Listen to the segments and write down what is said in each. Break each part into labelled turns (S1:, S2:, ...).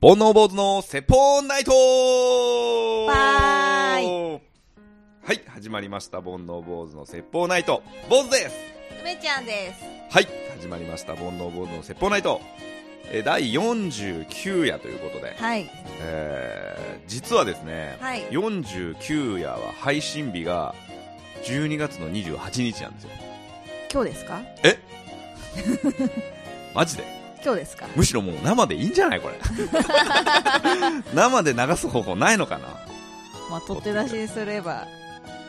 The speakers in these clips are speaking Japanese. S1: 煩悩坊主の説法ナイト
S2: わー
S1: はい、始まりました。煩悩坊主の説法ナイト。坊主です
S2: 梅ちゃんです。
S1: はい、始まりました。煩悩坊主の説法ナイト。えー第49夜ということで、
S2: はい。
S1: えー実はですね、
S2: はい
S1: 49夜は配信日が12月の28日なんですよ。
S2: 今日ですか
S1: え マジで
S2: 今日ですか
S1: むしろもう生でいいんじゃないこ れ生で流す方法ないのかな
S2: まあ、取って出しにすれば、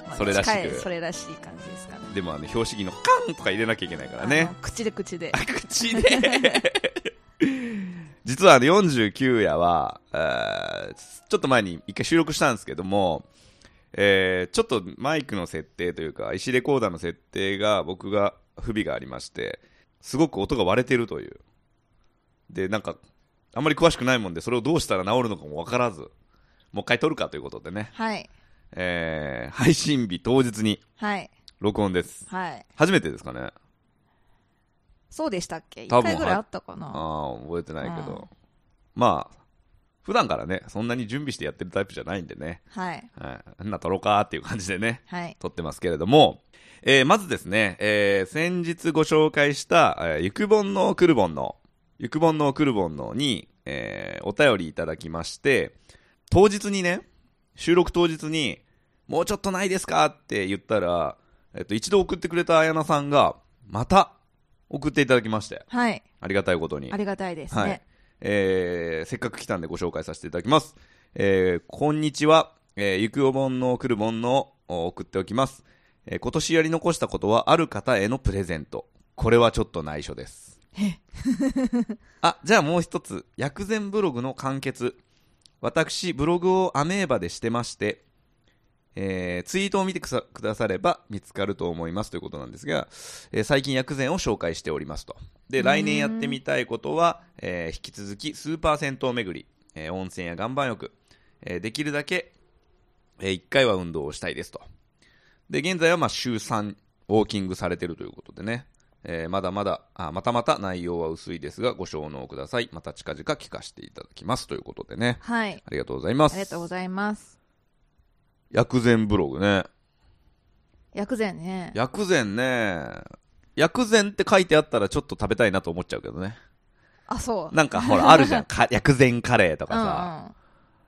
S2: まあ
S1: それらしく
S2: 近いそれらしい感じですかね。
S1: でもあの表紙にのカンとか入れなきゃいけないからね
S2: あの。口で 口で。
S1: あ口で 実はあの49夜は、えーちょっと前に一回収録したんですけども、えーちょっとマイクの設定というか IC レコーダーの設定が僕が不備がありましてすごく音が割れてるというでなんかあんまり詳しくないもんでそれをどうしたら治るのかも分からずもう一回撮るかということでね、
S2: はい。
S1: えー配信日当日に
S2: はい。
S1: 録音です
S2: はい。
S1: 初めてですかね
S2: そうでしたっけ一
S1: 多分
S2: 回ぐらいあったかな
S1: ああ覚えてないけど、
S2: うん
S1: まあ普段からねそんなに準備してやってるタイプじゃないんでね、
S2: はい。
S1: はい、あんな撮ろうかっていう感じでね
S2: はい。
S1: 撮ってますけれども、えーまずですね、えー先日ご紹介した、えーゆくぼんのくるぼんのゆくぼんのくるぼんのに、えーお便りいただきまして当日にね収録当日にもうちょっとないですかって言ったら、えっと一度送ってくれた綾菜さんがまた送っていただきまして
S2: はい。
S1: ありがたいことに
S2: ありがたいです
S1: はい
S2: ね。
S1: えーせっかく来たんでご紹介させていただきます、えーこんにちは、えーゆくお盆のくる盆のお送っておきます、えー今年やり残したことはある方へのプレゼントこれはちょっと内緒です あじゃあもう一つ薬膳ブログの完結私ブログをアメーバでしてましてえーツイートを見てくさくだされば見つかると思いますということなんですが、えー最近薬膳を紹介しておりますとで来年やってみたいことは、えー引き続きスーパー銭湯巡り、えー温泉や岩盤浴、えーできるだけ、え1回は運動をしたいですとで現在はまあ週3ウォーキングされてるということでね、えーまだまだあまたまた内容は薄いですがご承納くださいまた近々聞かせていただきますということでね
S2: はい。
S1: ありがとうございま
S2: あ
S1: す
S2: りがとうございます。
S1: 薬膳ブログね
S2: 薬膳ね。
S1: 薬膳ね薬膳って書いてあったらちょっと食べたいなと思っちゃうけどね
S2: あ、そう。
S1: なんかほらあるじゃんか薬膳カレーとか
S2: うんうん
S1: さ、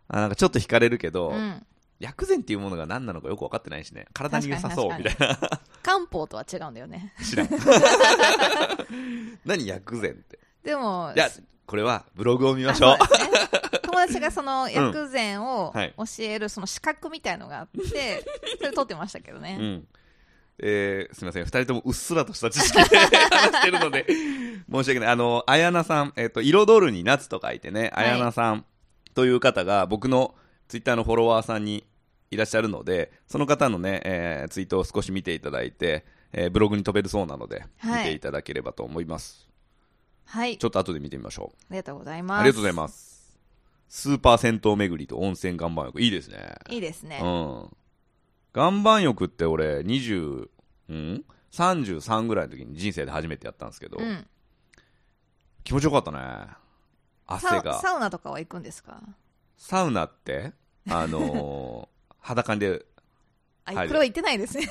S1: あなんかちょっと惹かれるけど、
S2: うん。
S1: 薬膳っていうものが何なのかよく分かってないしね体に良さそう
S2: 確か
S1: み
S2: に
S1: たいな
S2: 漢方とは違うんだよね。
S1: 知らん何薬膳って
S2: でも、
S1: いやこれはブログを見ま しょう
S2: そうですね友達がその薬膳を
S1: はい
S2: 教えるその資格みたいのがあ って、それ取ってましたけど
S1: う
S2: ね。
S1: んえーすみません、二人ともうっすらとした知識で 話してるので、申し訳ない。あの、あやなさん、えっ、と、彩るに夏と書いてね、あ
S2: はい
S1: やなさんという方が、僕のツイッターのフォロワーさんにいらっしゃるので、その方のね、えーツイートを少し見ていただいて、えーブログに飛べるそうなので、
S2: はい
S1: 見ていただければと思います。
S2: はい
S1: ち。ょっと後で見てみましょ。
S2: ありがとうございうます。
S1: ありがとうございます。スーパー銭湯巡りと温泉岩盤浴、いいですね。
S2: いいですね。
S1: うん。岩盤浴って俺、20、うん33ぐらいの時に人生で初めてやったんですけど、
S2: うん。
S1: 気持ちよかったね。汗
S2: サ
S1: が
S2: ウ。サウナとかは行くんですか
S1: サウナって、あのー 裸で、
S2: あ、
S1: 入る
S2: これは行ってな いですね。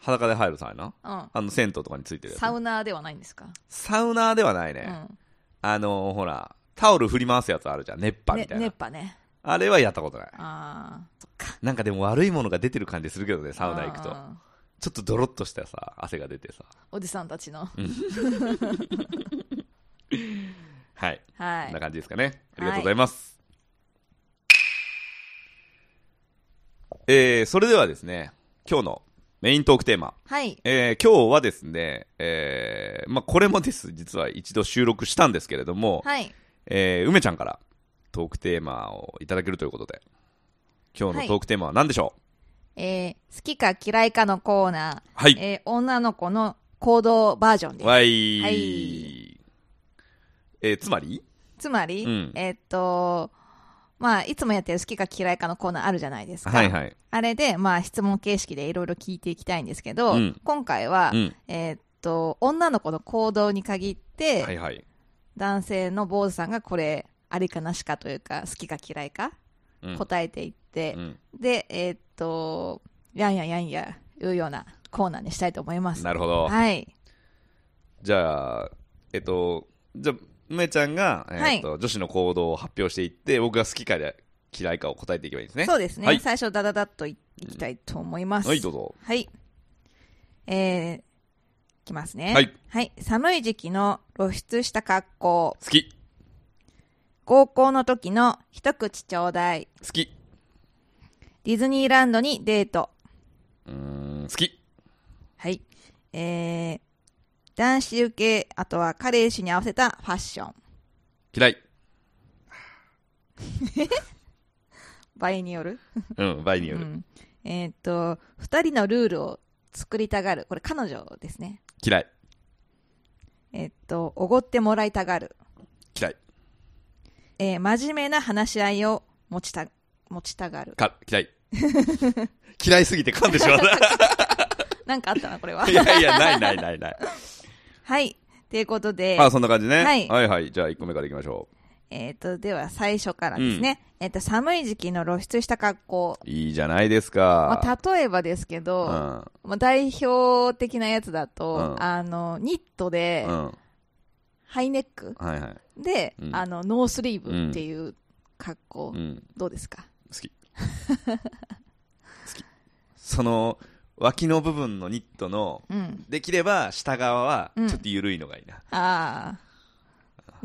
S1: 裸で入るサウナ
S2: うん。
S1: あの、銭湯とかについてるやつ
S2: サウナーではないんですか
S1: サウナーではないね。
S2: うん。
S1: あのーほら、タオル振り回すやつあるじゃん。熱波み
S2: ね
S1: たいな。
S2: 熱波ね。
S1: あれはやったことない。
S2: ああ。
S1: なんかでも悪いものが出てる感じするけどね、サウナ行くと
S2: う。ん
S1: ちょっとドロッとしたさ、汗が出てさ。
S2: おじさんたちの。
S1: はい。
S2: は
S1: こん
S2: い
S1: な。感じですかね。ありがとうございます。えーそれではですね、今日のメイントークテーマ。
S2: はい。
S1: えー今日はですね、えーまあ、これもです、実は一度収録したんですけれども、
S2: はい。
S1: えー梅ちゃんからトークテーマをいただけるということで、今日のトークテーマは何でしょ
S2: えー好きか嫌いかのコーナー。
S1: はい
S2: えー女の子の行動バージョン
S1: う、
S2: です。
S1: わい、
S2: はい
S1: えーつまり
S2: つまり、
S1: うん
S2: えーっと、まあ、いつもやってる好きか嫌いかのコーナーあるじゃないですか。
S1: はいはい。
S2: あれで、まあ、質問形式でいろいろ聞いていきたいんですけど、
S1: うん
S2: 今回は、
S1: うん。
S2: えーっと、女の子の行動に限って、
S1: はいはい。
S2: 男性の坊主さんがこれ、ありかなしかというか好きか嫌いか
S1: うん
S2: 答えていって
S1: う、ん
S2: でえーっとやんやんやんやいうようなコーナーにしたいと思います
S1: なるほど、
S2: はい
S1: じゃあえっとじゃあ梅ちゃんが、えっと女子の行動を発表していって僕が好きか嫌いかを答えていけばいいんですね
S2: そうですね、
S1: はい
S2: 最初ダダダっといいきたいと思います
S1: はいどうぞ
S2: はいえー、いきますね
S1: はい、
S2: 寒い時期の露出した格好
S1: 好き
S2: 高校の時の一口ちょうだい
S1: 好き
S2: ディズニーランドにデート
S1: うーん好き
S2: はいえー、男子受けあとは彼氏に合わせたファッション
S1: 嫌い
S2: 場合による
S1: うん場合によ
S2: う
S1: る、
S2: ん、えーっと2人のルールを作りたがるこれ彼女ですね
S1: 嫌い
S2: えーっとおごってもらいたがる、
S1: 嫌い
S2: えー真面目な話し合いを持ちた持ちたがる
S1: か嫌い 嫌いすぎて噛んで しまった
S2: なんかあったなこれは
S1: いやいやないないない ない
S2: はいということで
S1: あそんな感じね、
S2: はい
S1: はいはいじゃあ1個目からいきましょ
S2: えーっとでは最初からですね、えーっと寒い時期の露出した格好、
S1: ういいじゃないですか、
S2: まあ、例えばですけど、まあ、代表的なやつだと、
S1: うん
S2: あのニットで、
S1: うん、うん、
S2: ハイネック
S1: はいはい、
S2: で、
S1: うん
S2: あのノースリーブっていう格好、
S1: うん、
S2: どうですか
S1: 好き好きその脇の部分のニットの
S2: うん
S1: できれば下側は
S2: うん
S1: ちょっと緩いのがいいな、
S2: ああ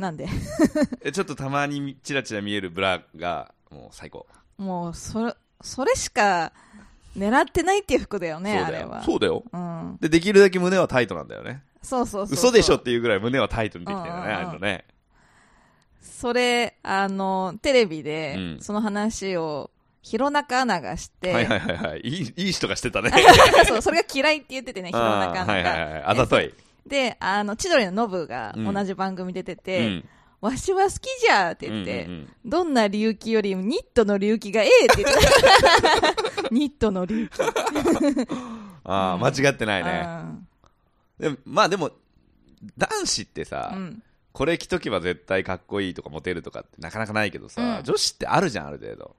S2: なんで
S1: えちょっとたまにチラチラ見えるブラがもう最高、
S2: もうそれそれしか狙ってないっていう服だよね
S1: そう
S2: あ
S1: だ
S2: れ
S1: よ
S2: は
S1: そうだよ
S2: うん、
S1: でできるだけ胸はタイトなんだよね
S2: そうそうそう
S1: 嘘でしょっ
S2: そう
S1: ていうぐらい胸はタイトにできてるよね
S2: うんうんうん
S1: あのね
S2: それあのテレビで、
S1: うん
S2: その話を弘中アナがして、
S1: はいはいはいはいいいいい人がしてたね
S2: そう それが嫌いって言っててね弘中アナ
S1: あ
S2: が、
S1: ーはいはいはいあざとい、
S2: であの千鳥のノブが
S1: うん
S2: 同じ番組出て
S1: う
S2: て、
S1: ん、
S2: わしは好きじゃって言って、
S1: うんうんうん
S2: どんな隆起よりニットの隆起がええって言っ てたニットの隆起、
S1: ああ間違ってないね、
S2: うん
S1: でもまあでも男子ってさ、
S2: うん、
S1: これ着とけば絶対かっこいいとかモテるとかってなかなかないけどさ、
S2: うん
S1: 女子ってあるじゃんある程度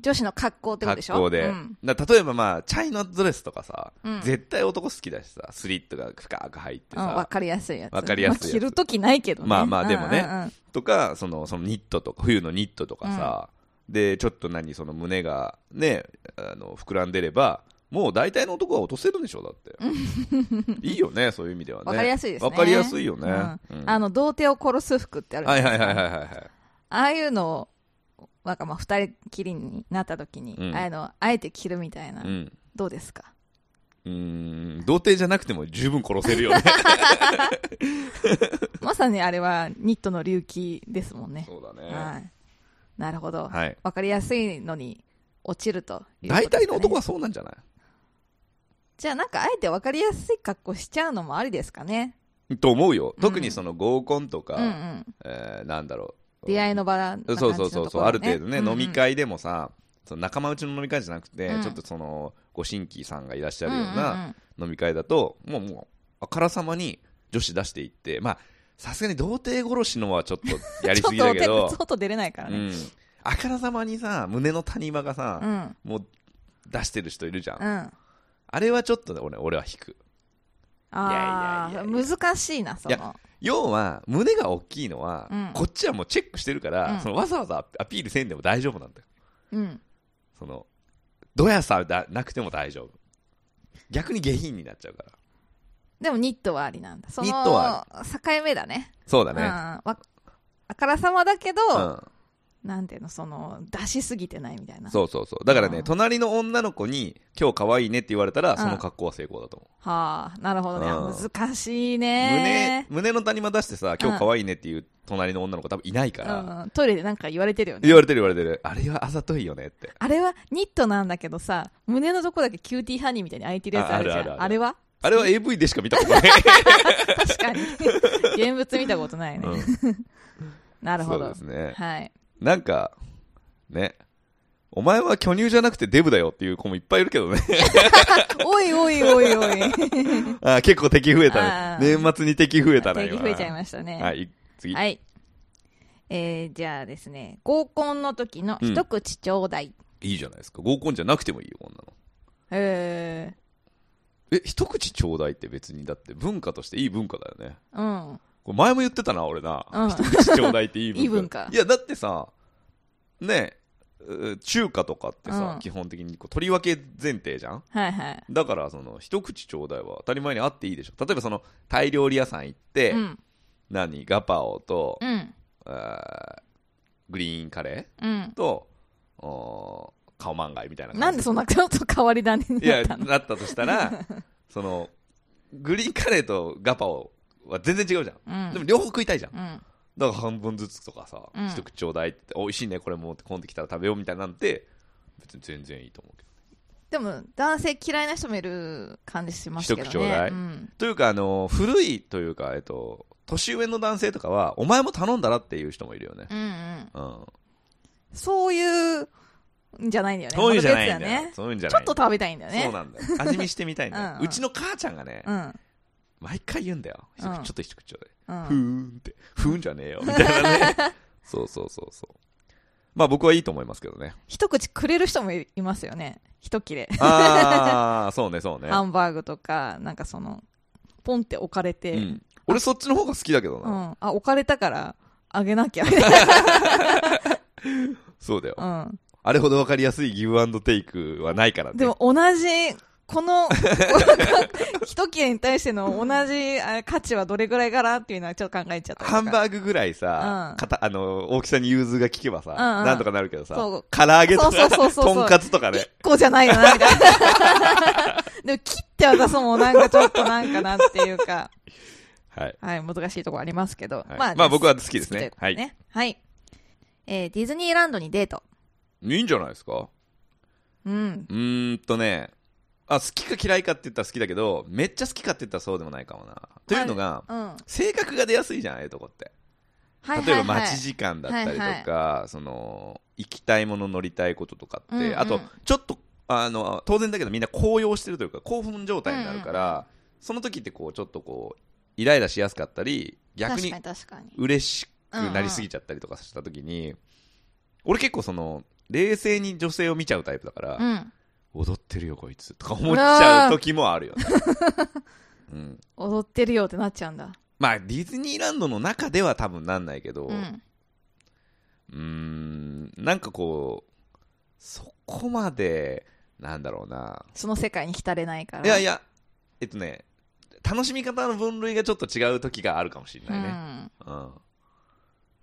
S2: 女子の格好ってことでしょ
S1: 格好で、
S2: うん
S1: だ例えばまあチャイナドレスとかさ、
S2: うん
S1: 絶対男好きだしさスリットが深く入って
S2: うん、
S1: さ、
S2: わかりやすいやつ
S1: わかりやすいやつ
S2: まあ着るときないけどね
S1: まあまあでもね
S2: うんうんうん
S1: とかそのそのニットとか冬のニットとかさ、でちょっと何その胸がねあの膨らんでればもう大体の男は落とせるんでしょだ っていいよねそういう意味ではね
S2: わかりやすいですね
S1: わかりやすいよね、
S2: う
S1: うんん
S2: あの童貞を殺す服ってあるじゃ
S1: は
S2: ないいで
S1: は
S2: す
S1: い
S2: か
S1: はいはいはい
S2: ああいうのをなんかまあ二人きりになった時に、
S1: うん
S2: ああいうのをあえて着るみたいな、
S1: うん
S2: どうですか
S1: うーん童貞じゃなくても十分殺せるよね
S2: まさにあれはニットの隆起ですもんね
S1: そうだね
S2: はいなるほど、わ
S1: はい
S2: かりやすいのに落ちるということです
S1: 大
S2: かね
S1: 体の男はそうなんじゃない
S2: じゃあなんかあえてわかりやすい格好しちゃうのもありですかね
S1: と思うよ特にその合コンとか、
S2: うんうん
S1: えーなんだろう
S2: 出会い
S1: の
S2: の場な感じの
S1: そう
S2: ところ、ね、
S1: そうそうそう、ある程度ね、
S2: うんうん
S1: 飲み会でもさその仲間内の飲み会じゃなくて、
S2: うん
S1: ちょっとそのご新規さんがいらっしゃ
S2: う
S1: る
S2: ん
S1: よう
S2: うん
S1: な
S2: うん
S1: 飲み会だと、もうもうあからさまに女子出していってまあさすがに童貞殺しのはちょっとやりすぎだけ
S2: ちょ
S1: ど
S2: っと外出れないから
S1: う
S2: ね
S1: ん、あからさまにさ胸の谷間がさ、
S2: うん
S1: もう出してる人いるじゃん、
S2: うん
S1: あれはちょっとね俺俺は引く
S2: あ
S1: いやいや
S2: あ
S1: いやい
S2: 難しいなそ
S1: い
S2: の
S1: 要は胸が大きいのは、
S2: うん
S1: こっちはもうチェックしてるから、
S2: うん
S1: そのわざわざアピールせんでも大丈夫なんだよ
S2: うん
S1: そのどやさだなくても大丈夫逆に下品になっちゃうから
S2: でもニットはありなんだその
S1: ニットは
S2: 境目だね
S1: そうだ
S2: うん
S1: ね
S2: わあからさまだけど、
S1: うん、
S2: なんていうのその出しすぎてないみたいな
S1: そうそうそうだから
S2: う
S1: ね
S2: ん
S1: 隣の女の子に今日可愛いねって言われたら
S2: ん
S1: その格好は成功だと思う、
S2: はあなるほどね、
S1: うん
S2: 難しいね
S1: 胸胸の谷間出してさ今日可愛いねっていう隣の女の子多分いないから、
S2: うん、トイレでなんか言われてるよね
S1: 言われてる言われてるあれはあざといよねって
S2: あれはニットなんだけどさ胸のとこだけキューティーハニーみたいに開いてるやつあるじ
S1: あ
S2: ゃんあ
S1: あるあるある
S2: れは
S1: あれは AV でしか見たこと ない、
S2: 確かに 現物見たことないね、
S1: うん
S2: なるほ
S1: そう
S2: ど
S1: ですね
S2: はい
S1: なんか、ね、お前は巨乳じゃなくてデブだよっていう子もいっぱいいるけど ね。
S2: おいおいおいおい
S1: あー結構敵増えた
S2: あ
S1: ね。
S2: ー
S1: 年末に敵増えたな、
S2: 定義増えちゃい
S1: ま
S2: ましたね
S1: はい、次。
S2: はい。えーじゃあですね、合コンの時の
S1: うん
S2: 一口ちょうだい。
S1: いいじゃないですか。合コンじゃなくてもいいよ、こんなの。
S2: え
S1: え、一口ちょうだいって別に、だって文化としていい文化だよね。
S2: ー、うん。
S1: これ前も言ってたな、俺な。
S2: うん
S1: 一口ちょうだいっていい文化。
S2: いい文化
S1: いや、だってさ、ねえ、う中華とかってさ、
S2: うん
S1: 基本的にこう取り分け前提じゃん
S2: はいはい。
S1: だから、その、一口ちょうだいは当たり前にあっていいでしょ。例えば、その、タイ料理屋さん行って、
S2: うん。
S1: 何ガパオと、
S2: うん。
S1: あーグリーンカレ
S2: うん
S1: ー。と、おーカオマンガイみたいな感じ
S2: なんでそんなちょっと変わり種に
S1: いや、
S2: なったの
S1: なったとした ら、その、グリーンカレーとガパオは全然違うじゃん。
S2: うん
S1: でも両方食いたいじゃん。
S2: うん。
S1: だから半分ずつとかさ、
S2: うん
S1: 一口ちょうだいって言って、美味しいね、これもって今度来たら食べようみたいなんて、別に全然いいと思うけど。
S2: でも、男性嫌いな人もいる感じしますけどね。
S1: 一口ちょうだい
S2: ん。
S1: というか、あの、古いというか、えっと、年上の男性とかは、お前も頼んだらっていう人もいるよね。
S2: うんうん。
S1: うん。
S2: そういうんじゃないんだよね。
S1: そういうんじゃないんだ
S2: また別
S1: よ
S2: よ。ね。
S1: そういうんじゃ
S2: ちょ
S1: な
S2: っ
S1: い
S2: と食べたいんだよね。。
S1: そうなんだよ。味見してみたいんだよ
S2: うんうん
S1: うちの母ちゃんがね、
S2: うん。
S1: 毎回言うんだよ。ち
S2: う
S1: ょ
S2: ん
S1: っと一口ちょうだい。
S2: うん
S1: ふーんって、ふーんじゃねえよ、みたいな ね。そうそうそうそう。まあ僕はいいと思いますけどね。
S2: 一口くれる人もいますよね一切れ、
S1: ああ、そうね、そうね。
S2: ハンバーグとかなんかそのポンって置かれて、
S1: う
S2: うん
S1: ん、俺そっちの方が好きだけどな。
S2: あ置かれたからあげなきゃみたい
S1: そうだよ、
S2: な、うん
S1: あれほどわかりやすいギブアンドテイクはないからね。
S2: でも同じこの 一切れに対しての同じあ価値はどれぐらいかなっていうのはちょっと考えちゃった
S1: ハン
S2: ー
S1: バーグぐらいさ、
S2: うん
S1: かたあの大きさに融通が効けばさ、
S2: うんうん
S1: なんとかなるけどさ
S2: そう、
S1: 唐揚げと
S2: そう
S1: か、
S2: そうそうそうそう
S1: とんかつとかね。
S2: 1個じゃないよなみた いなでも切って渡すのもなんかちょっとなんかなっていうか
S1: はい。
S2: はい、難しいところありますけど、
S1: はいまあ僕は好きですね
S2: 好ということはいえーディズニーランドにデート
S1: いいんじゃないですか
S2: うん
S1: うーんとね、あ、好きか嫌いかって言ったら好きだけど、めっちゃ好きかって言ったらそうでもないかもな。というのが、
S2: うんはい
S1: 性格が出やすいじゃんああいうとこって
S2: はいはい
S1: 例えば待ち時間だったりとか、
S2: はい
S1: その行きたいもの乗りたいこととかって、
S2: うんうん
S1: あとちょっとあの当然だけどみんな高揚してるというか興奮状態になるから、その時ってこうちょっとこうイライラしやすかったり逆に
S2: 確かに確かに
S1: 嬉しくなりすぎちゃったりとかした時に、俺結構その冷静に女性を見ちゃうタイプだから、
S2: うん
S1: 踊ってるよこいつとか思っちゃう時もあるよね、 うん、
S2: 踊ってるよってなっちゃうんだ
S1: まあディズニーランドの中では多分なんないけど、
S2: うん
S1: うーんなんかこうそこまでなんだろうな
S2: その世界に浸れないから
S1: いやいやえっとね楽しみ方の分類がちょっと違う時があるかもしれないねうん、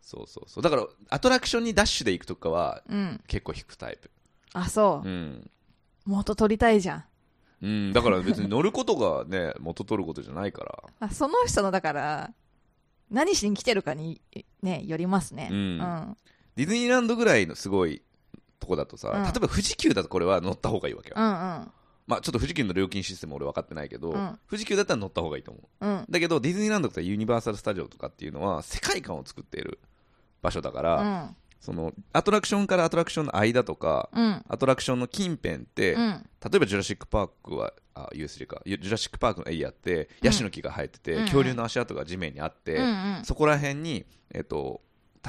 S1: そうそうそうだからアトラクションにダッシュで行くとかは
S2: うん、うん、
S1: 結構引くタイプ
S2: あそう
S1: う、ん、
S2: 元取りたいじゃん
S1: うん、だから別に乗ることがね元取ることじゃないから
S2: あその人のだから何しに来てるかにねよりますね
S1: うん
S2: うん
S1: ディズニーランドぐらいのすごいとこだとさ、
S2: うん
S1: 例えば富士急だとこれは乗った方がいいわけよ、
S2: うん
S1: まあ、ちょっと富士急の料金システム俺分かってないけど、
S2: うん
S1: 富士急だったら乗った方がいいと思う
S2: うん
S1: だけどディズニーランドとかユニバーサル・スタジオとかっていうのは世界観を作っている場所だか
S2: う
S1: ら、
S2: ん
S1: そのアトラクションからアトラクションの間とか
S2: うん
S1: アトラクションの近辺って、
S2: うん
S1: 例えばジュラシック・パークはあ USJ かジュラシック・パークのエリアってヤシの木が生えてて、
S2: うん
S1: 恐竜の足跡が地面にあって、
S2: うんうん
S1: そこら辺に、えっと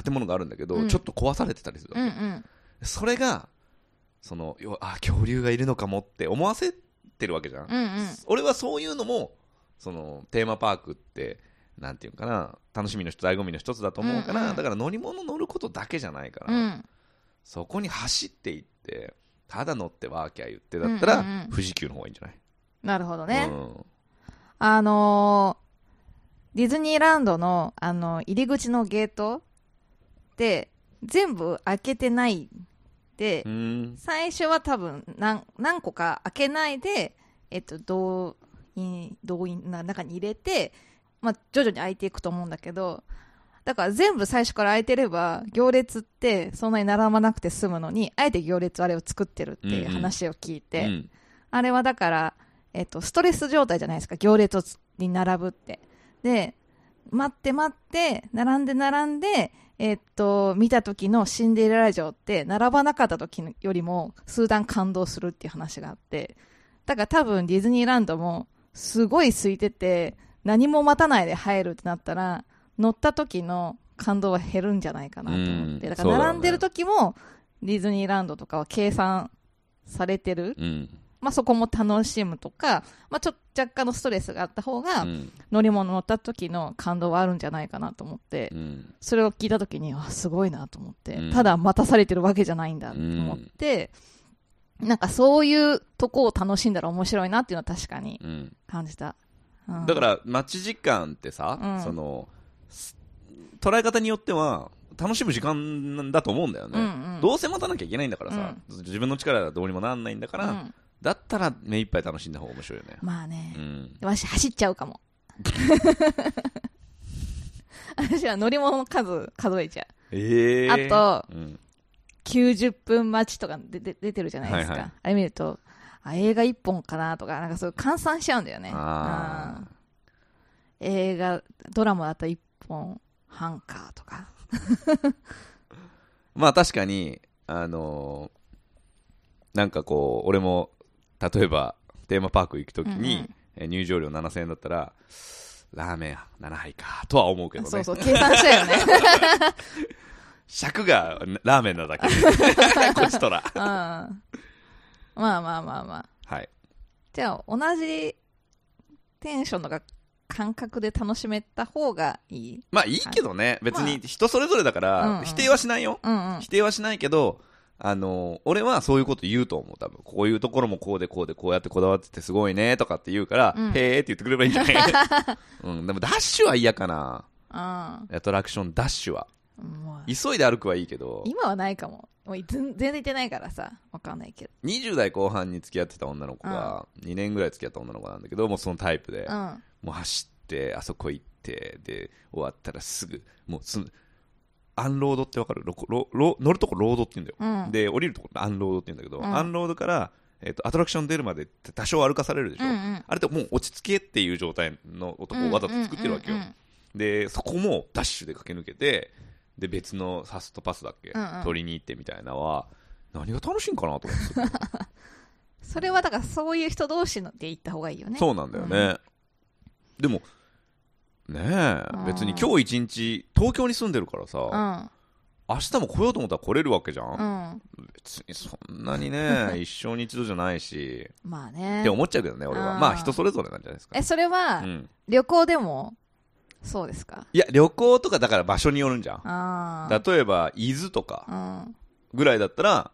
S1: 建物があるんだけど、
S2: うん
S1: ちょっと壊されてたりするわけ
S2: うんうん
S1: それがその要はあ恐竜がいるのかもって思わせてるわけじゃん、
S2: うんうん
S1: 俺はそういうのもそのテーマパークってなんていうのかな楽しみの一つ醍醐味の一つだと思うから、
S2: うんうん
S1: だから乗り物乗ることだけじゃないから、
S2: うん
S1: そこに走っていってただ乗ってワーキャー言ってだったら、
S2: うんうんうん
S1: 富士急の方がいいんじゃない
S2: なるほどね、
S1: うん
S2: あのーディズニーランドの、あのー入り口のゲートで全部開けてないで、
S1: うん
S2: 最初は多分何何個か開けないで、えっと、動員動員な中に入れて、まあ、徐々に開いていくと思うんだけどだから全部最初から開いてれば行列ってそんなに並ばなくて済むのにあえて行列あれを作ってるっていう話を聞いて。
S1: うん
S2: あれはだから、えっと、ストレス状態じゃないですか、行列をつに並ぶって。で、待って待って、並んで並んで、えっと、見た時のシンデレラ城って、並ばなかった時のよりも数段感動するっていう話があって、だから多分ディズニーランドも、すごい空いてて、何も待たないで入るってなったら、乗った時の感動は減るんじゃないかなと思って、
S1: うん
S2: だから
S1: そうだろうね
S2: 並んでる時もディズニーランドとかは計算されてる、
S1: うん。
S2: まあ、そこも楽しむとか、まあ、ちょ若干のストレスがあった方
S1: う
S2: が
S1: ん。
S2: 乗り物乗った時の感動はあるんじゃないかなと思って
S1: うん。
S2: それを聞いた時にあすごいなと思って、
S1: うん
S2: ただ待たされてるわけじゃないんだと思って、なんかそういうとこを楽しんだら面白いなっていうのは確かに
S1: うん。
S2: 感じた、うん
S1: だから、待ち時間ってさ、
S2: うん
S1: その、す捉え方によっては、楽しむ時間なんだと思うんだよね。
S2: うんうん
S1: どうせ待たなきゃいけないんだからさ、自分の力はどうにもなんないんだから、
S2: うん
S1: だったら目いっぱい楽しんだ方が面白いよね。
S2: まあね
S1: う、ん。
S2: 私走っちゃう かも私は乗り物の数数えちゃう
S1: ええ
S2: あ
S1: と、うん。
S2: 90分待ちとかでで出てるじゃないですか、
S1: はいはい
S2: あれ見るとあ映画1本かなとかなんかそういう換算しちゃうんだよね
S1: あー
S2: うん映画ドラマだったら1本半かとか
S1: まあ確かに、あのーなんかこう、俺も、例えば、テーマパーク行くときに、
S2: うんうん
S1: えー入場料7000円だったら、ラーメン7杯か、とは思うけどね。
S2: そうそう計算したよね
S1: 尺がラーメンな だけ。こちとら。
S2: うんまあまあまあまあ
S1: はい。
S2: じゃあ同じテンションのが感覚で楽しめた方がいい
S1: まあいいけどね、別に人それぞれだか
S2: うんう
S1: ら、
S2: ん
S1: 否定はしないよ。
S2: うんうん
S1: 否定はしないけど、あのー俺はそういうこと言うと思う、多分。こういうところもこうでこうでこうやってこだわっててすごいね、とかって言うから、
S2: うん
S1: へーって言ってくれればいいんじ ゃないうん、でもダッシュは嫌かな。
S2: あ
S1: アトラクションダッシュは。
S2: あもう
S1: 急いで歩くはいいけど、
S2: 今はないかももう全全然行ってないからさわかんないけど
S1: 20代後半に付き合ってた女の子が、2年ぐらい付き合った女の子なんだけど、もうそのタイプで
S2: う、ん
S1: もう走って、あそこ行って、で、終わったらすぐ、もうすぐ、アンロードってわかるロコロロ乗るとこロードって言うんだよ。
S2: うん
S1: で降りるところアンロードって言うんだけど、
S2: うん
S1: アンロードから、えっとアトラクション出るまでって多少歩かされるでしょ、
S2: うんうん
S1: あれってもう落ち着けっていう状態の男をわざと作ってるわけよ、
S2: うんうん
S1: でそこもダッシュで駆け抜けてで別のファストパスだっけ、
S2: うんうん
S1: 取りに行ってみたいなのは何が楽しいんかなと思ってた
S2: それはだからそういう人同士ので行った方がいいよね
S1: そうなんだよね、でもねえ
S2: うん
S1: 別に今日一日東京に住んでるからさ、
S2: うん
S1: 明日も来ようと思ったら来れるわけじゃん、
S2: うん
S1: 別にそんなにね 一生に一度じゃないし
S2: まあね
S1: って思っちゃうけどね、俺は。
S2: うん
S1: まあ、人それぞれなんじゃないですか。
S2: えそれは
S1: うん、
S2: 旅行でもそうですか
S1: いや、旅行とかだから場所によるんじゃん。
S2: ああ
S1: 例えば、伊豆とか
S2: うん
S1: ぐらいだったら、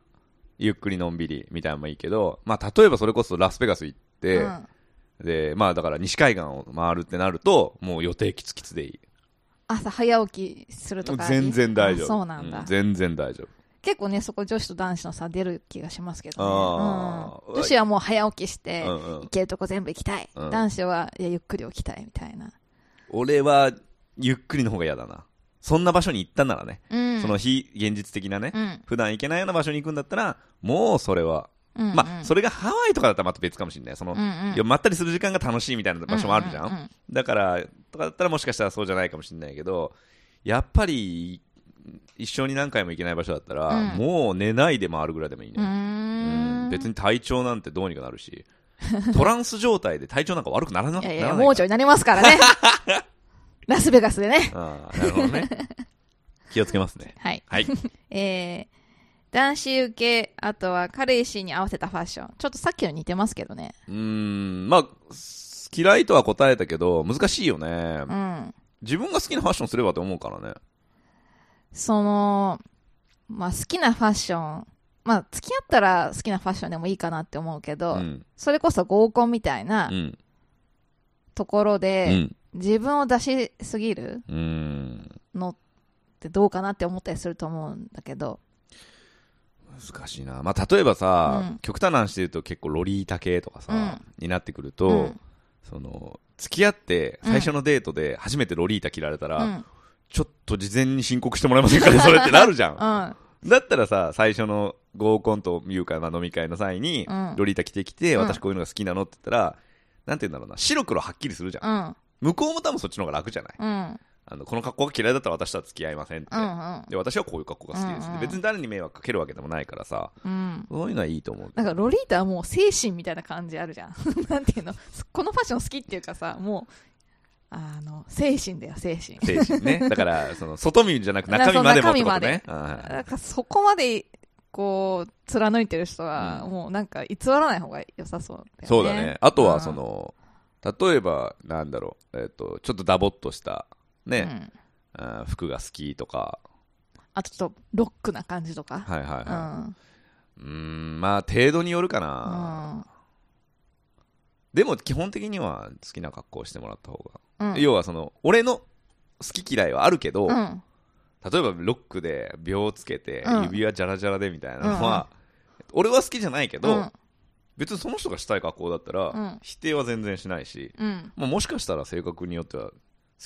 S1: ゆっくりのんびりみたいなのもいいけど、まあ、例えばそれこそラスベガス行って、
S2: うん
S1: で、まあ、だから西海岸を回るってなると、もう予定キツキツでいい。
S2: 朝早起きするとか
S1: 全然大丈夫。
S2: あそうなんだ、
S1: 全然大丈夫。
S2: 結構ねそこ女子と男子の差出る気がしますけど、ね
S1: あー
S2: うん女子はもう早起きして、
S1: うんうん
S2: 行けるとこ全部行きたい、
S1: うん
S2: 男子はいやゆっくり起きたいみたいな、
S1: 俺は、ゆっくりの方が嫌だな。そんな場所に行ったならね、
S2: うん、
S1: その非現実的なね、
S2: うん
S1: 普段行けないような場所に行くんだったら、もうそれは
S2: うんうん
S1: まあ、それがハワイとかだったらまた別かもしれない。その、
S2: うんうん
S1: いやまったりする時間が楽しいみたいな場所もあるじゃん。
S2: うんうんうん
S1: だから、とかだったらもしかしたらそうじゃないかもしれないけど、やっぱり、一生に何回も行けない場所だったら、
S2: うん
S1: もう寝ないで回るぐらいでもいいう
S2: ー
S1: ね。
S2: ん
S1: うん別に体調なんてどうにかなるし、 トランス状態で体調なんか悪くならななら
S2: い
S1: な
S2: や
S1: い
S2: い
S1: から。
S2: や盲腸になりますから ねラスベガスでね
S1: ああ、なるほどね。 気をつけますね。
S2: はい
S1: はい。
S2: えー男子受けあとは彼氏に合わせたファッションちょっとさっきの似てますけどね
S1: うーん、まあ、嫌いとは答えたけど、難しいよね
S2: う。ん
S1: 自分が好きなファッションすればと思うからね。
S2: その、まあ、好きなファッション、まあ、付き合ったら好きなファッションでもいいかなって思うけ
S1: う
S2: ど、
S1: ん。
S2: それこそ合コンみたいな
S1: うん。
S2: ところ
S1: う
S2: で、
S1: ん
S2: 自分を出しすぎる
S1: うーん
S2: のってどうかなって思ったりすると思うんだけど、
S1: 難しいな、まあ、例えばさ、
S2: うん
S1: 極端な話で言うと結構ロリータ系とかさ、
S2: うん
S1: になってくると、
S2: うん
S1: その付き合って最初のデートで初めてロリータ着られた
S2: う
S1: ら、
S2: ん、
S1: ちょっと事前に申告してもらえません かねそれってなるじゃ
S2: うんん、
S1: だったらさ最初の合コンというか、まあ、飲み会の際に
S2: うん
S1: ロリータ着てきて、
S2: うん
S1: 私こういうのが好きなのって言ったらなんて言うんだろうな白黒はっきりするじゃん、
S2: うん、
S1: 向こうも多分そっちの方が楽じゃない
S2: うん、うん、
S1: あのこの格好が嫌いだったら私とは付き合いませんって、
S2: うん、
S1: で私はこういう格好が好きです、
S2: うんうん
S1: で別に誰に迷惑かけるわけでもないからさ
S2: うん。
S1: そういうのはいいと思う
S2: なんかロリータは もう精神みたいな感じあるじゃん。なんていうのこのファッション好きっていうかさ、もあの精神だよ精神
S1: 精神 ね。だから、その、外見じゃなく中身までもってことね。うん
S2: なんかそこまでこう貫いてる人は、
S1: うん
S2: もうなんか偽らない方が良さそうだよね
S1: そうだね。あとは、そ、の、例えば、なんだろう、えっと、ちょっとダボっとした、
S2: うんう
S1: ね、
S2: ん
S1: うん服が好きとか、
S2: あとちょっとロックな感じとか、
S1: はいはいは
S2: うん
S1: い。うーん、まあ、程度によるかな。でも、基本的には好きな格好をしてもらった方
S2: うん
S1: が。要は、その、俺の好き嫌いはあるけど、
S2: う
S1: 例え
S2: ん
S1: ばロックで秒つけて
S2: うん、
S1: 指輪ジャラジャラでみたいなのは、俺は好きじゃないけ
S2: う
S1: ど
S2: ん、
S1: 別にその人がしたい格好だった
S2: う
S1: ら
S2: ん、
S1: 否定は全然しないし、
S2: うん
S1: まあ、もしかしたら性格によっては好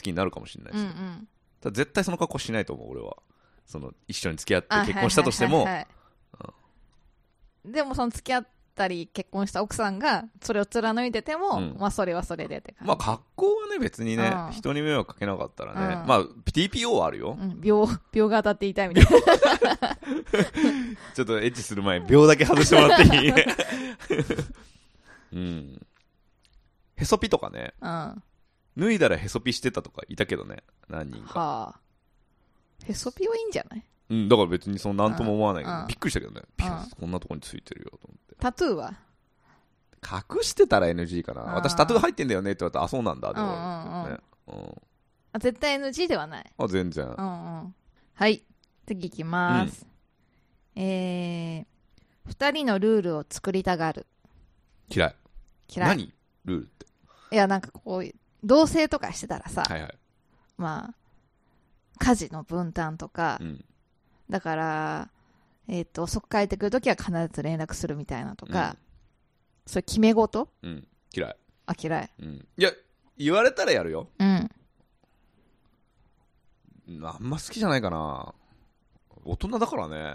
S1: きになるかもしれない
S2: うんう
S1: し、
S2: ん
S1: ただ絶対その格好しないと思う俺はその一緒に付き合って
S2: あ
S1: 結婚したとしても
S2: はいはいはいはいでもその付き合ったり結婚した奥さんがそれを貫いてても、
S1: うん
S2: まあそれはそれでって感じ
S1: まあ格好はね別にね
S2: うん
S1: 人に迷惑かけなかったらね
S2: うん
S1: まあ TPO はあるよ
S2: うん、 秒秒が当たっていたいみたいな
S1: ちょっとエッチする前に秒だけ外してもらってい いうんへそピとかね、
S2: うん、
S1: 脱いだらへそピしてたとかいたけどね何人か
S2: はあへそぴはいいんじゃない
S1: うんだから別にその何とも思わないけ
S2: うんう
S1: ど
S2: ん
S1: びっくりしたけどねピアス
S2: う
S1: こんなとこについてるよと思って
S2: タトゥーは
S1: 隠してたら NG かな
S2: あー
S1: 私タトゥー入ってんだよねって言われたらあそうなんだって
S2: うんう
S1: 思
S2: ん
S1: う
S2: う
S1: んね
S2: あ
S1: うん
S2: 絶対 NG ではない
S1: あ全然
S2: うんうんはい次いきます、えー、2人のルールを作りたがる
S1: 嫌い
S2: 嫌い
S1: 何ルールって
S2: いやなんかこう同棲とかしてたらさ、
S1: はいはい
S2: まあ家事の分担とか、
S1: うん
S2: だからえっ、と遅く帰ってくるときは必ず連絡するみたいなとか、そういう決め事
S1: うん嫌い
S2: あ嫌い
S1: うんいや言われたらやるよ
S2: うん
S1: うんあんま好きじゃないかな大人だからね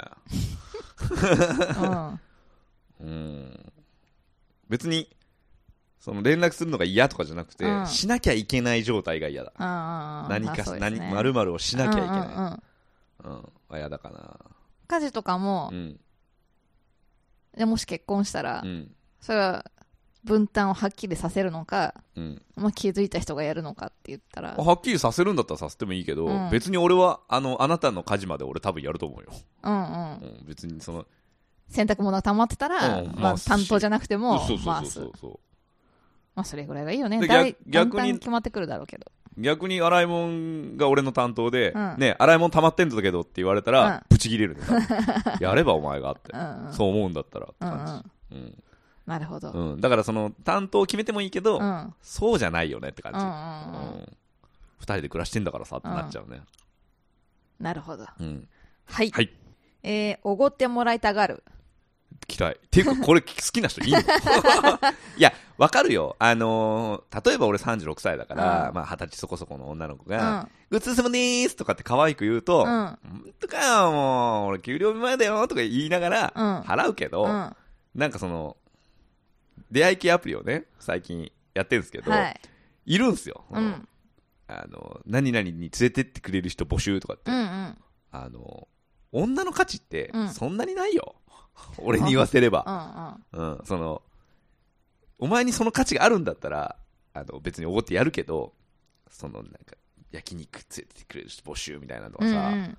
S1: う
S2: うん
S1: ん別にその連絡するのが嫌とかじゃなくて、
S2: うん
S1: しなきゃいけない状態が嫌だ
S2: 何
S1: 何か何〇〇をしなきゃいけない、うん
S2: うんうんうん
S1: は嫌だかな
S2: 家事とかも
S1: う、ん
S2: でもし結婚したら、
S1: うん
S2: それは分担をはっきりさせるのか、
S1: うん、
S2: まあ、気づいた人がやるのかって言ったら
S1: はっきりさせるんだったらさせてもいいけど、
S2: うん
S1: 別に俺はあのあなたの家事まで俺多分やると思うよ、
S2: うんう
S1: うんん、別にその
S2: 洗濯物が溜まってたら、
S1: うん
S2: まあ、
S1: 回すし
S2: 担当じゃなくても
S1: そうそう
S2: 回
S1: そ
S2: す
S1: うそうそう
S2: まあそれぐらいがいいよね
S1: で
S2: 大
S1: 逆逆に
S2: だんだん決まってくるだろうけど
S1: 逆に洗い物が俺の担当で、
S2: うん
S1: ね、洗い物溜まってんだけどって言われたら、
S2: うん
S1: ブチ切 れるね多分やればお前があって
S2: う、んうん
S1: そう思うんだったらって
S2: うんう
S1: 感
S2: ん
S1: じ、うん
S2: なるほど
S1: うんだからその担当を決めてもいいけど、
S2: うんうん
S1: そうじゃないよねって
S2: うん
S1: 感じ、
S2: うんう
S1: う
S2: ん
S1: ん二人で暮らしてんだからさってなっちゃうね、
S2: なるほど
S1: うん
S2: はい
S1: はい
S2: えーおごってもらいたがる
S1: 嫌いっていうかこれ好きな人 いいのいやわかるよあのー例えば俺36歳だから、
S2: うん
S1: まあ、二十歳そこそこの女の子
S2: う
S1: が
S2: ん
S1: 「うつすむでーす」とかって可愛く言うと、
S2: うん
S1: ほんとかよ、もう、俺給料日前だよ、とか言いなが
S2: う
S1: ら
S2: ん、
S1: 払うけど、
S2: うん
S1: なんかその、出会い系アプリをね、最近やってるんですけど、
S2: はい
S1: い、るんですよ、
S2: うんうん
S1: あの、何々に連れてってくれる人募集とかって、
S2: うん
S1: あの、女の価値って
S2: うん
S1: そんなにないよ。 俺に言わせれ
S2: う
S1: ば、
S2: んうん
S1: うん。その、お前にその価値があるんだったら、あの、別におごってやるけど、その、なんか、焼肉連れてってくれる人募集みたいなのは
S2: うんう
S1: さ、
S2: ん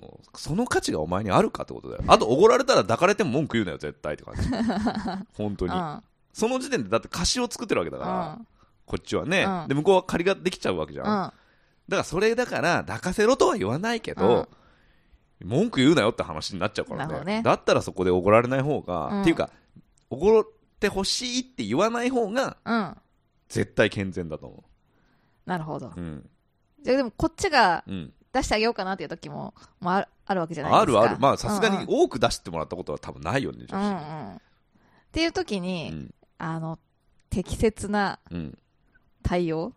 S1: もうその価値がお前にあるかってことだよあとおごられたら抱かれても文句言うなよ絶対って感じ 本当に
S2: うん
S1: その時点でだって貸しを作ってるわけだから
S2: う
S1: こっちはね、
S2: うん
S1: で向こうは借りができちゃうわけじゃん、だか
S2: ん
S1: らそれだから抱かせろとは言わないけど、文句言うなよって話になっちゃうから
S2: なるほ
S1: ね
S2: どね
S1: だったらそこでおごられない方が、
S2: うん
S1: っていうかおごってほしいって言わない方が
S2: うんうん
S1: 絶対健全だと思
S2: なるほど
S1: ううん
S2: じゃあでもこっちが
S1: うん
S2: 出してあげようかなっていう時も、まあ、あるあるわけじゃないですか
S1: あるあるまあさすが
S2: う
S1: に
S2: ん
S1: 多く出してもらったことは多分ないよね
S2: うん、う
S1: 女子
S2: んうんっていう時に、
S1: うん
S2: あの適切な
S1: うん
S2: 対応、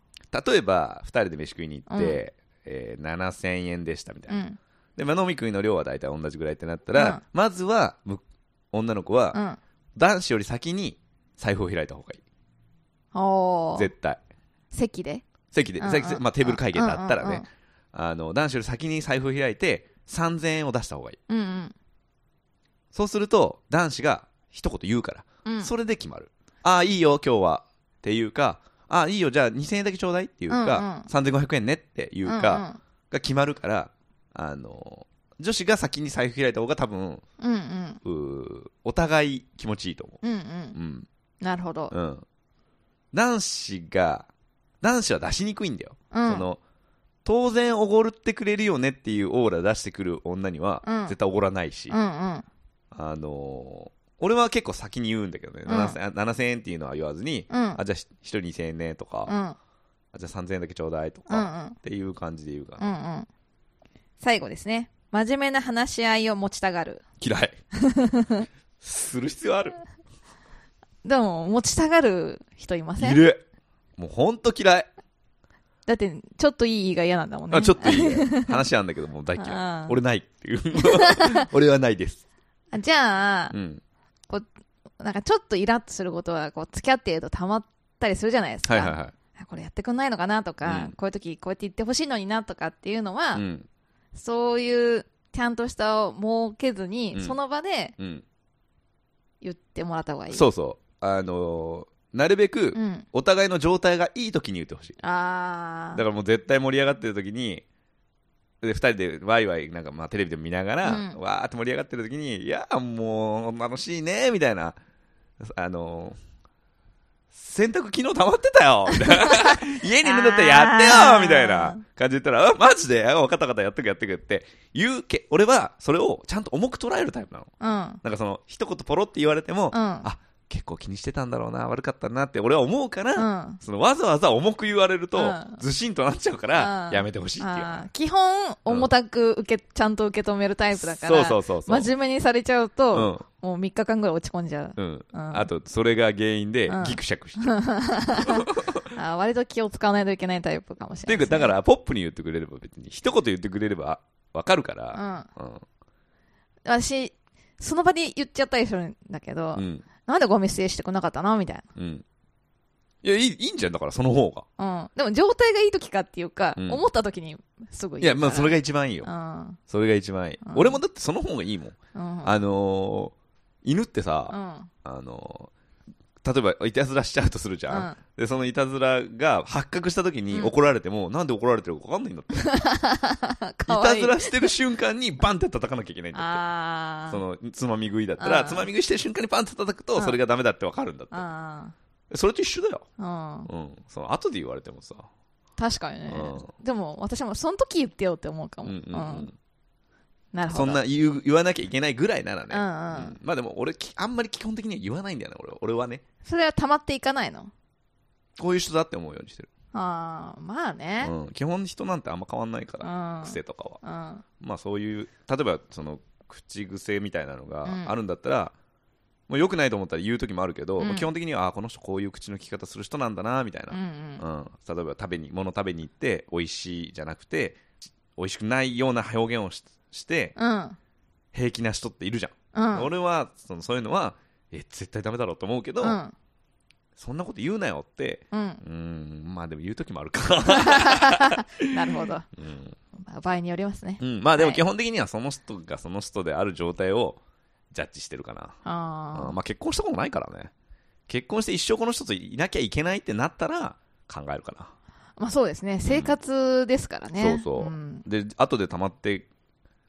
S1: 例えば2人で飯食いに行って、えー7000円でしたみたいうな、
S2: ん
S1: でまあ、飲み食いの量は大体同じぐらいってなったら、
S2: うん
S1: まずはむ女の子は、
S2: うん、
S1: 男子より先に財布を開いた方がいい
S2: おー
S1: 絶対
S2: 席で、
S1: 席で、
S2: うんうん
S1: 席まあ、テーブル会議だったらね、
S2: うんうんうん
S1: あの男子より先に財布を開いて3000円を出した方がいい
S2: うんうん
S1: そうすると男子が一言言うから、
S2: うん、
S1: それで決まるああいいよ今日はっていうかあいいよじゃあ2000円だけちょうだいっていうか、3500円ねっていうか、が決まるからあの女子が先に財布開いた方が多分
S2: うんうん
S1: うーお互い気持ちいいと思
S2: うんうん
S1: う、うん
S2: なるほど
S1: うん、男子が男子は出しにくいんだよ、
S2: うん
S1: その当然おごるってくれるよねっていうオーラ出してくる女には
S2: うん
S1: 絶対おごらないし、
S2: うんうん
S1: あのー俺は結構先に言うんだけどね、
S2: うん
S1: 7000あ7000円っていうのは言わずに、
S2: うん
S1: あじゃあ1人2000円ねとか、
S2: う
S1: あ
S2: ん
S1: じゃあ3000円だけちょうだいと
S2: う
S1: か、っ
S2: んうん
S1: ていう感じで言うから、
S2: うんうん最後ですね真面目な話し合いを持ちたがる
S1: 嫌 いする必要ある
S2: でも持ちたがる人いませ
S1: い
S2: ん
S1: るもうほんと嫌い
S2: だってちょっといいが嫌なんだもんね
S1: あちょっといいね話あんだけどもう大嫌
S2: あ
S1: い
S2: ー
S1: 俺ないって いう俺はないです、
S2: あじゃあ
S1: うん、
S2: なんかちょっとイラッとすることはこう付き合っているとたまったりするじゃないですか、
S1: はいはいは
S2: あこれやってくんないのかなとか、
S1: うん
S2: こういう時こうやって言ってほしいのになとかっていうのは、
S1: いうん
S2: そういうちゃんとしたを設けずに、
S1: うん
S2: その場で
S1: うん
S2: 言ってもらった方がいい
S1: そうそうあのーなるべく
S2: うん、
S1: お互いの状態がいい時に言ってほしい
S2: あ
S1: だ
S2: ー
S1: からもう絶対盛り上がってる時にで2人でワイワイなんかまあテレビでも見ながら、
S2: うん
S1: わーって盛り上がってる時にいやーもう楽しいねーみたいなあのー洗濯昨日溜まってたよみたい な家にいるんだったらやってよ
S2: あー
S1: みたいな感じで言ったらあマジであ分かった分かったやってくやってくって言うけ俺はそれをちゃんと重く捉えるタイプなの
S2: うん
S1: なんかその一言ポロって言われても、
S2: うん
S1: あ結構気にしてたんだろうな悪かったなって俺は思うから、
S2: うん
S1: そのわざわざ重く言われると、
S2: うん
S1: ずしんとなっちゃうから、
S2: うん
S1: やめてほしいっていう
S2: あー
S1: 話。
S2: 基本重たく受け、ちゃんと受け止めるタイプだから
S1: そうそうそうそう。
S2: 真面目にされちゃうと、もう3日間ぐらい落ち込んじゃう、
S1: うん。うん。
S2: うん
S1: あと、それが原因で
S2: うん
S1: ギクシャクしてる。っ
S2: あー割と気を使わないといけないタイプかもして
S1: い
S2: れ
S1: うか、
S2: ないです
S1: だ
S2: ね、
S1: から、ポップに言ってくれれば別に、一言言ってくれればわかるから、
S2: うん、
S1: うん。
S2: 私その場で言っちゃったりするんだけど、
S1: うん。
S2: なんでゴミ捨てしてこなかったのみたい
S1: うん。いや、いいいいんじゃん、だから、その方が。
S2: な、うん、でも状態がいい時かっていうか、
S1: うん
S2: 思った時にすぐ
S1: いや、まあ、それ
S2: が
S1: が一番いいよ。
S2: うん
S1: それが一番いい。
S2: うん
S1: 俺もだって、その方がいいもん。
S2: うん
S1: あのー、犬ってさ、
S2: うん
S1: あのー例えばいたずらしちゃうとするじゃん、
S2: うん
S1: でそのいたずらが発覚した時に
S2: うん
S1: 怒られても、なんで怒られてるか分かんないんだってい
S2: あかわ
S1: た
S2: いい
S1: ずらしてる瞬間にバンって叩かなきゃいけないんだって
S2: あー
S1: そのつまみ食いだったら
S2: うん
S1: つまみ食いしてる瞬間にバンって叩く
S2: う
S1: と
S2: ん
S1: それがダメだって分かるんだって、
S2: あ
S1: それと一緒だよ、
S2: ーうん
S1: うん、その後で言われてもさ、
S2: 確かにね、でも私もその時言ってよって思うか
S1: うん
S2: も、
S1: うんうん
S2: うんなるほど
S1: そんな言う言わなきゃいけないぐらいならね、
S2: うんうん
S1: まあでも俺きあんまり基本的には言わないんだよね俺は俺はね
S2: それは溜まっていかないの
S1: こういう人だって思うようにしてる、
S2: ああまあね
S1: うん、基本人なんてあんま変わんないか
S2: う
S1: ら、
S2: ん
S1: 癖とかは
S2: うん
S1: まあそういう例えばその口癖みたいなの
S2: うん
S1: があるんだったら、もう良くないと思ったら言う時もあるけど、
S2: うん
S1: まあ基本的にはあーこの人こういう口の利き方する人なんだなみたい
S2: うんう
S1: な、
S2: ん
S1: うん例えば食べに物食べに行って美味しいじゃなくて美味しくないような表現をしして
S2: うん
S1: 平気な人っているじゃ、
S2: うんん
S1: 俺はそのそういうのはえ絶対ダメだろうと思うけど、
S2: うん
S1: そんなこと言うなよって
S2: うん
S1: うーんまあでも言う時もあるか、
S2: なるほど、
S1: うん
S2: まあ場合によりますね
S1: うん、まあでも
S2: はい
S1: 基本的にはその人がその人である状態をジャッジしてるかな
S2: あ
S1: う
S2: あ
S1: んまあ、結婚したことないからね結婚して一生この人といなきゃいけないってなったら考えるかな
S2: まあそうですね生活ですからね、
S1: そうそうんで後でたまって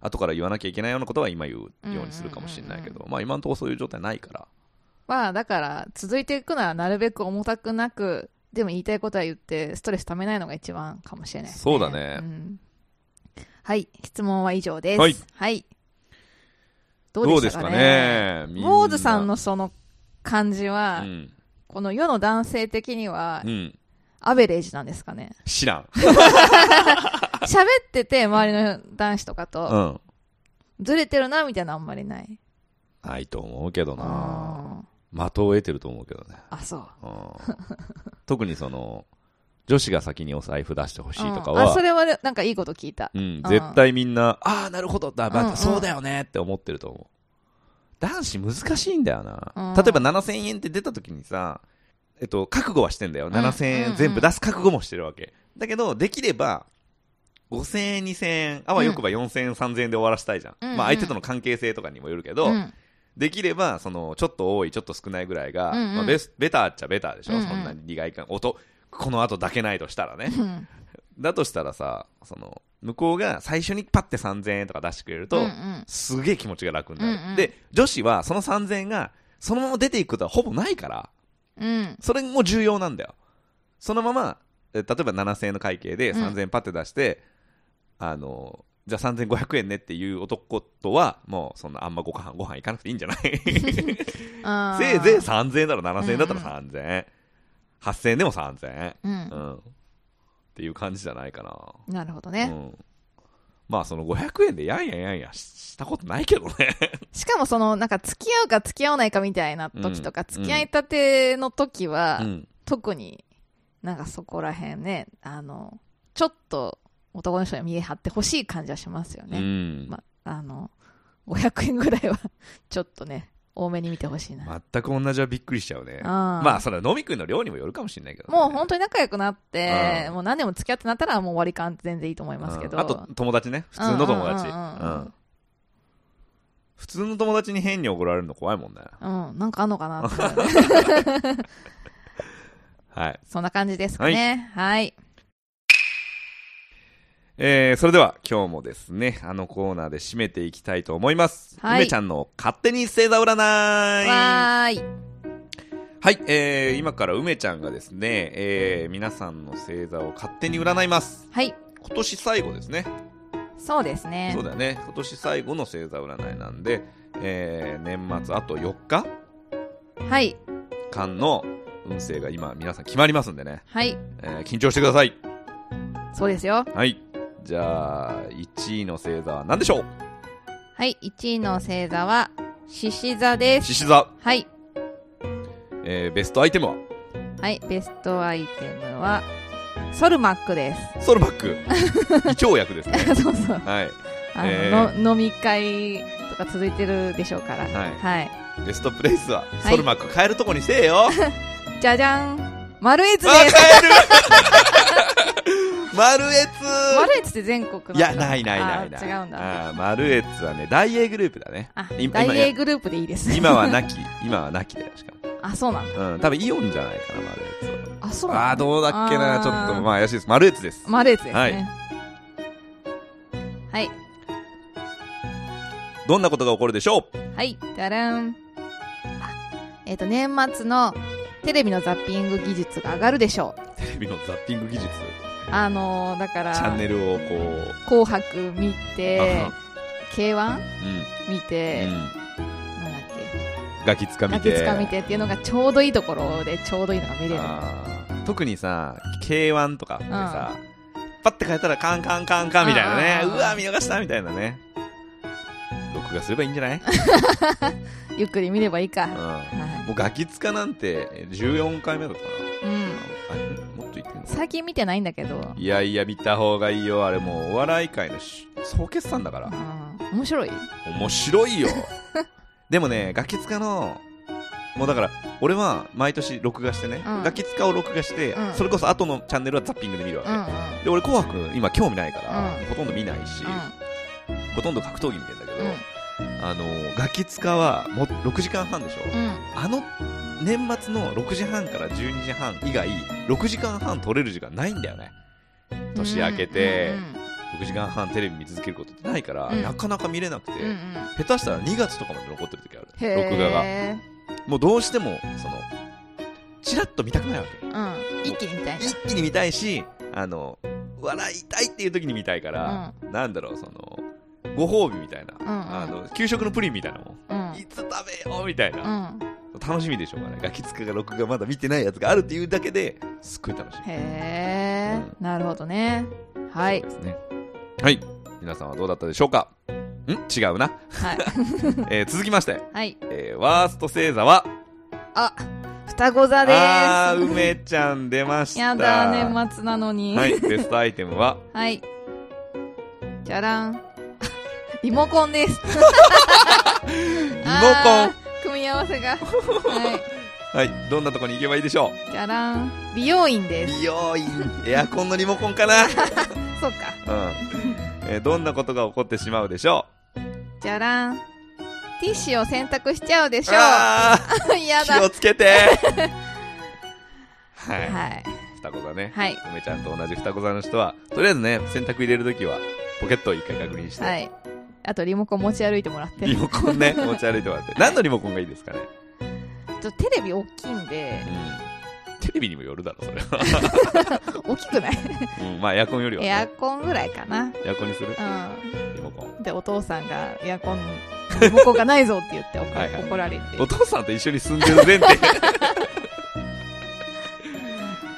S1: 後から言わなきゃいけないようなことは今言うようにするかもしれないけ
S2: うんうん
S1: どまあ今のところそういう状態ないから
S2: まあだから続いていくならなるべく重たくなくでも言いたいことは言ってストレスためないのが一番かもしれないです、
S1: そうだね
S2: んはい質問は以上です
S1: はい、
S2: どうでしたかね
S1: みんな
S2: 坊主さんのその感じは、
S1: うん、
S2: この世の男性的には
S1: うん、
S2: アベレージなんですかね
S1: 知らん、
S2: 喋ってて周りの男子とか
S1: う
S2: と
S1: ん、
S2: ずれてるなみたいなのあんまりない
S1: ないと思うけどな
S2: あ
S1: 的を得てると思うけどね、
S2: あそう
S1: うん 特にその女子が先にお財布出してほしいとか
S2: うん
S1: は
S2: あそれはなんかいいこと聞いた
S1: うん、絶対みんな、ああ、なるほど、だ、ま
S2: うんうん
S1: たそうだよねって思ってると思う。男子難しいんだよな。
S2: うん
S1: 例えば7000円って出た時にさ、えっと、覚悟はしてんだよ。
S2: ん
S1: 7000
S2: うんう
S1: 円
S2: ん
S1: 全部出す覚悟もしてるわけ。だけど、できれば、5000円、2000円、あわよくば4000円、3000円で終わらせたいじゃん。
S2: うんうん
S1: まあ、相手との関係性とかにもよるけど、
S2: うん
S1: できれば、その、ちょっと多い、ちょっと少ないぐらいが、
S2: うんうん
S1: まあ、ベスベターっちゃベターでしょ。
S2: うんうん
S1: そんなに利害感、おと、この後抱けないとしたらね
S2: うん
S1: だとしたらさその向こうが最初にパッて3000円とか出してくれると、
S2: うんうん
S1: すげえ気持ちが楽になる、
S2: うんうん
S1: で女子はその3000円がそのまま出ていくことはほぼないから
S2: うん
S1: それも重要なんだよそのままえ例えば7000円の会計で
S2: うん
S1: 3000円パッて出して、あのじゃあ3500円ねっていう男とはもうそんなあんまご飯ご飯行かなくていいん じゃない
S2: あー
S1: せいぜい3000円だろ7000円だったら
S2: うん
S1: 3000円、8000円でも3000
S2: う
S1: 円、うんん、っていう感じじゃないかな
S2: なるほど
S1: う
S2: ね
S1: ん、まあその500円でやんやんやんやししたことないけどね
S2: しかもそのなんか付き合うか付き合わないかみたいな時とか
S1: うん
S2: 付き合いたての時は
S1: うん
S2: 特になんかそこら辺ねあのちょっと男の人に見え張ってほしい感じはしますよ
S1: う
S2: ね、
S1: ん
S2: まあの500円ぐらいは ちょっとね多めに見てほしいな、
S1: 全く同じはびっくりしちゃうね
S2: あー
S1: まあそれは飲み食いの量にもよるかもしれないけどね、
S2: もう本当に仲良くなって、
S1: うん
S2: もう何年も付き合ってなったらもう割り勘全然いいと思いますけど、
S1: うんあと友達ね普通の友達
S2: うんうんうんう
S1: う
S2: ん
S1: ん普通の友達に変に怒られるの怖いもんね
S2: うん、なんかあんのかなって
S1: はい、
S2: そんな感じですかねはい、
S1: えー、それでは今日もですねあのコーナーで締めていきたいと思います、
S2: はい
S1: 梅ちゃんの勝手に星座占い
S2: はい、わーい
S1: はい、えー、今から梅ちゃんがですね、えー、皆さんの星座を勝手に占います。
S2: はい
S1: 今年最後ですね。
S2: そうですね
S1: そうだよね。今年最後の星座占いなんで、えー、年末あと4日
S2: はい
S1: 間の運勢が今皆さん決まりますんでね、
S2: はい
S1: えー、緊張してください。
S2: そうですよ
S1: はい。じゃあ、1位の星座は何でしょう
S2: はい1位の星座は獅子座です
S1: 獅子座。
S2: はい
S1: えー、ベストアイテムは
S2: はい、ベストアイテムは、ソルマックで
S1: ソルバック。胃腸薬ですね。
S2: す。そう そう。
S1: はい。
S2: あの、
S1: え
S2: の飲み会とか続いてるでしょうから。
S1: はい
S2: はい。
S1: ベストプレイスは、
S2: はい
S1: ソルマック変えるとこにせえよ。
S2: じゃじゃん丸越で
S1: あ、
S2: す
S1: 買える丸越
S2: 丸越って全国の
S1: いや、ないないない
S2: あ
S1: ない。
S2: 違うんだ。
S1: あー丸越はね、大英グループだね。
S2: あ、
S1: 今
S2: 大英グループでいいです。
S1: 今は なき、今はなきだよ、しか
S2: あ、そうなんだ。
S1: も。うん、多分イオンじゃないかな、丸越は。
S2: あ、そう
S1: あ
S2: な
S1: ー、
S2: んだ。
S1: どうだっけな、
S2: あー
S1: ちょっと、まあ、怪しいです。丸越です。
S2: 丸越です
S1: はい
S2: ね。はい。
S1: どんなことが起こるでしょう
S2: はい、だらん。あえっ、と、年末のテレビのザッピング技術が上がるでしょう。
S1: テレビのザッピング技術、
S2: あのー、だから。
S1: チャンネルをこう、
S2: 紅白見て
S1: あ、
S2: K1
S1: う
S2: 見て、
S1: ん、う
S2: なんだ
S1: ん。
S2: っけ、
S1: ガキつかみ
S2: ガ
S1: て。
S2: キつかみてっていうのがちょうどいいところでちょうどいいのが見れる。
S1: あー特にさ K1 とかってさ、パッて変えたらカンカンカンカンみたいなね
S2: う
S1: うん
S2: うんうん
S1: わ見逃したみたいなね録画すればいいんじゃない、うん、
S2: ゆっくり見ればいいか。は
S1: もうガキつかなんて14回目だったか
S2: い。うん。
S1: な、あもっと言ってんの
S2: 最近見てないんだけど、うん
S1: いやいや見た方がいいよあれもうお笑い界のし総決算だから
S2: 面白い
S1: 面白 いよでもねガキつかのもうだから俺は毎年録画してね、
S2: うん
S1: ガキつかを録画して、
S2: うん
S1: それこそ後のチャンネルはザッピングで見るわけ、
S2: うんうん。
S1: で俺「紅白」今興味ないから、
S2: うん
S1: ほとんど見ないし、ほとんど格闘技見てんだけど、
S2: うん。
S1: あのガキ使はもう6時間半でしょ、
S2: うん。うん。
S1: あの年末の6時半から12時半以外6時間半取れる時間ないんだよね年明けて
S2: うん
S1: 6時間半テレビ見続けることってないから、
S2: うん
S1: なかなか見れなくて、
S2: うんうん。うんうん
S1: 下手したら2月とかまで残ってる時ある
S2: へー
S1: 録画がもうどうしてもそのチラッと見たくないわけ
S2: うん。一気に見たい
S1: 一気に見たいしあの笑いたいっていう時に見たいから、
S2: な。
S1: なんだろう、その、ご褒美みたいな、
S2: んうん
S1: あの給食のプリンみたいなもん、
S2: うん。
S1: いつ食べようみたいな、
S2: うん。うん。
S1: 楽しみでしょうがない、ガキつかが録画まだ見てないやつがあるっていうだけですっごい楽しみ
S2: へ
S1: うん
S2: ーなるほどね。はい
S1: で。すね。はい、皆さんはどうだったでしょうかん違う な、
S2: はい。
S1: えー続きまして、
S2: はい。
S1: えーワースト星座は、
S2: あ、双子座です。
S1: あー、梅ちゃん出ました。
S2: やだ、年末なのに。
S1: は
S2: はい。
S1: い、ベストアイテム は、
S2: じゃらん。 あリモコンです。 リ
S1: リ
S2: モ
S1: モコン。
S2: 組み合わ せが。は
S1: はい、どんなとこに行けばいいでしょ
S2: い。じゃらん。美容院
S1: う
S2: です。
S1: 美容院、エアコンのリモコンかな
S2: そうか。
S1: うんえーどんなことが起こってしまうでしょ
S2: じゃらん。ティッシュを選択しちゃうで
S1: う
S2: しょ
S1: あ
S2: う。や
S1: ー気
S2: だ。
S1: をつけてはい、
S2: はい。
S1: 双子座ね。
S2: はい
S1: 梅ちゃんと同じ双子座の人は、とりあえずね、洗濯入れるときは、ポケットを一回確認して、
S2: はいあとリモコン持ち歩いてもらって
S1: リモコン ね、持ち歩いてもらって。何のリモコンがいいですかね。
S2: ちょっとテレビ大きいんで
S1: うん。テレビにもよるだろ、それは。
S2: 大きくない
S1: うん、まあエアコンよりは、
S2: エア
S1: ね。
S2: コンぐらいかな
S1: エアコンにする
S2: う
S1: リモコン。
S2: んでお父さんがエ アコンリモコンがないぞって言って怒
S1: はいはい
S2: 怒られて
S1: お父さんと一緒に住んでる前提。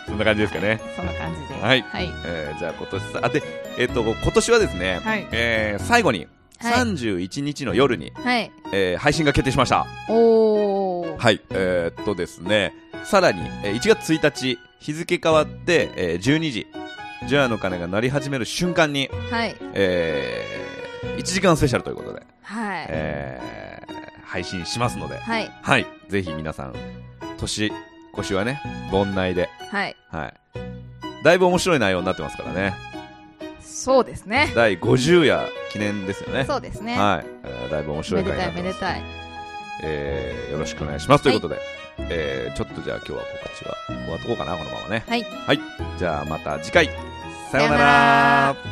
S1: そんな感じですかね。
S2: そんな感じでは
S1: はい
S2: はい
S1: えーじゃあ今年さ、あ、で、えっ、と、今年はですね、
S2: はい
S1: えー最後に、
S2: はい
S1: 31日の夜に、
S2: はい
S1: えー配信が決定しました。
S2: おー
S1: はい、えーっとですね、さらに、えー1月1日、日付変わって、えー12時、ジュアの鐘が鳴り始める瞬間に、
S2: はい
S1: え1時間スペシャルということで、
S2: はい
S1: えー配信しますので、
S2: はい
S1: はい、ぜひ皆さん、年越しはね、盆内で、
S2: はい
S1: はい。だいぶ面白い内容になってますからね。
S2: そうですね
S1: 第50夜記念ですよね。
S2: そうですね
S1: はい、えーだいぶ面白
S2: め
S1: い
S2: で
S1: 回に
S2: た
S1: なって
S2: い
S1: ます
S2: めでたい
S1: えーよろしくお願いしますということで、えーちょっとじゃあ今日は告知は終わっとこうかなこのままね
S2: はい
S1: じゃあまた次回さような
S2: さような
S1: ら
S2: ら